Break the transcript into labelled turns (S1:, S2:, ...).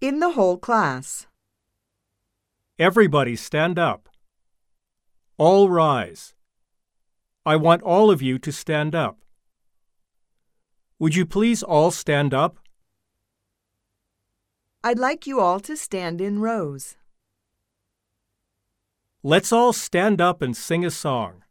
S1: in the whole class.
S2: Everybody stand up. All rise. I want all of you to stand up. Would you please all stand up?
S1: I'd like you all to stand in rows.
S2: Let's all stand up and sing a song.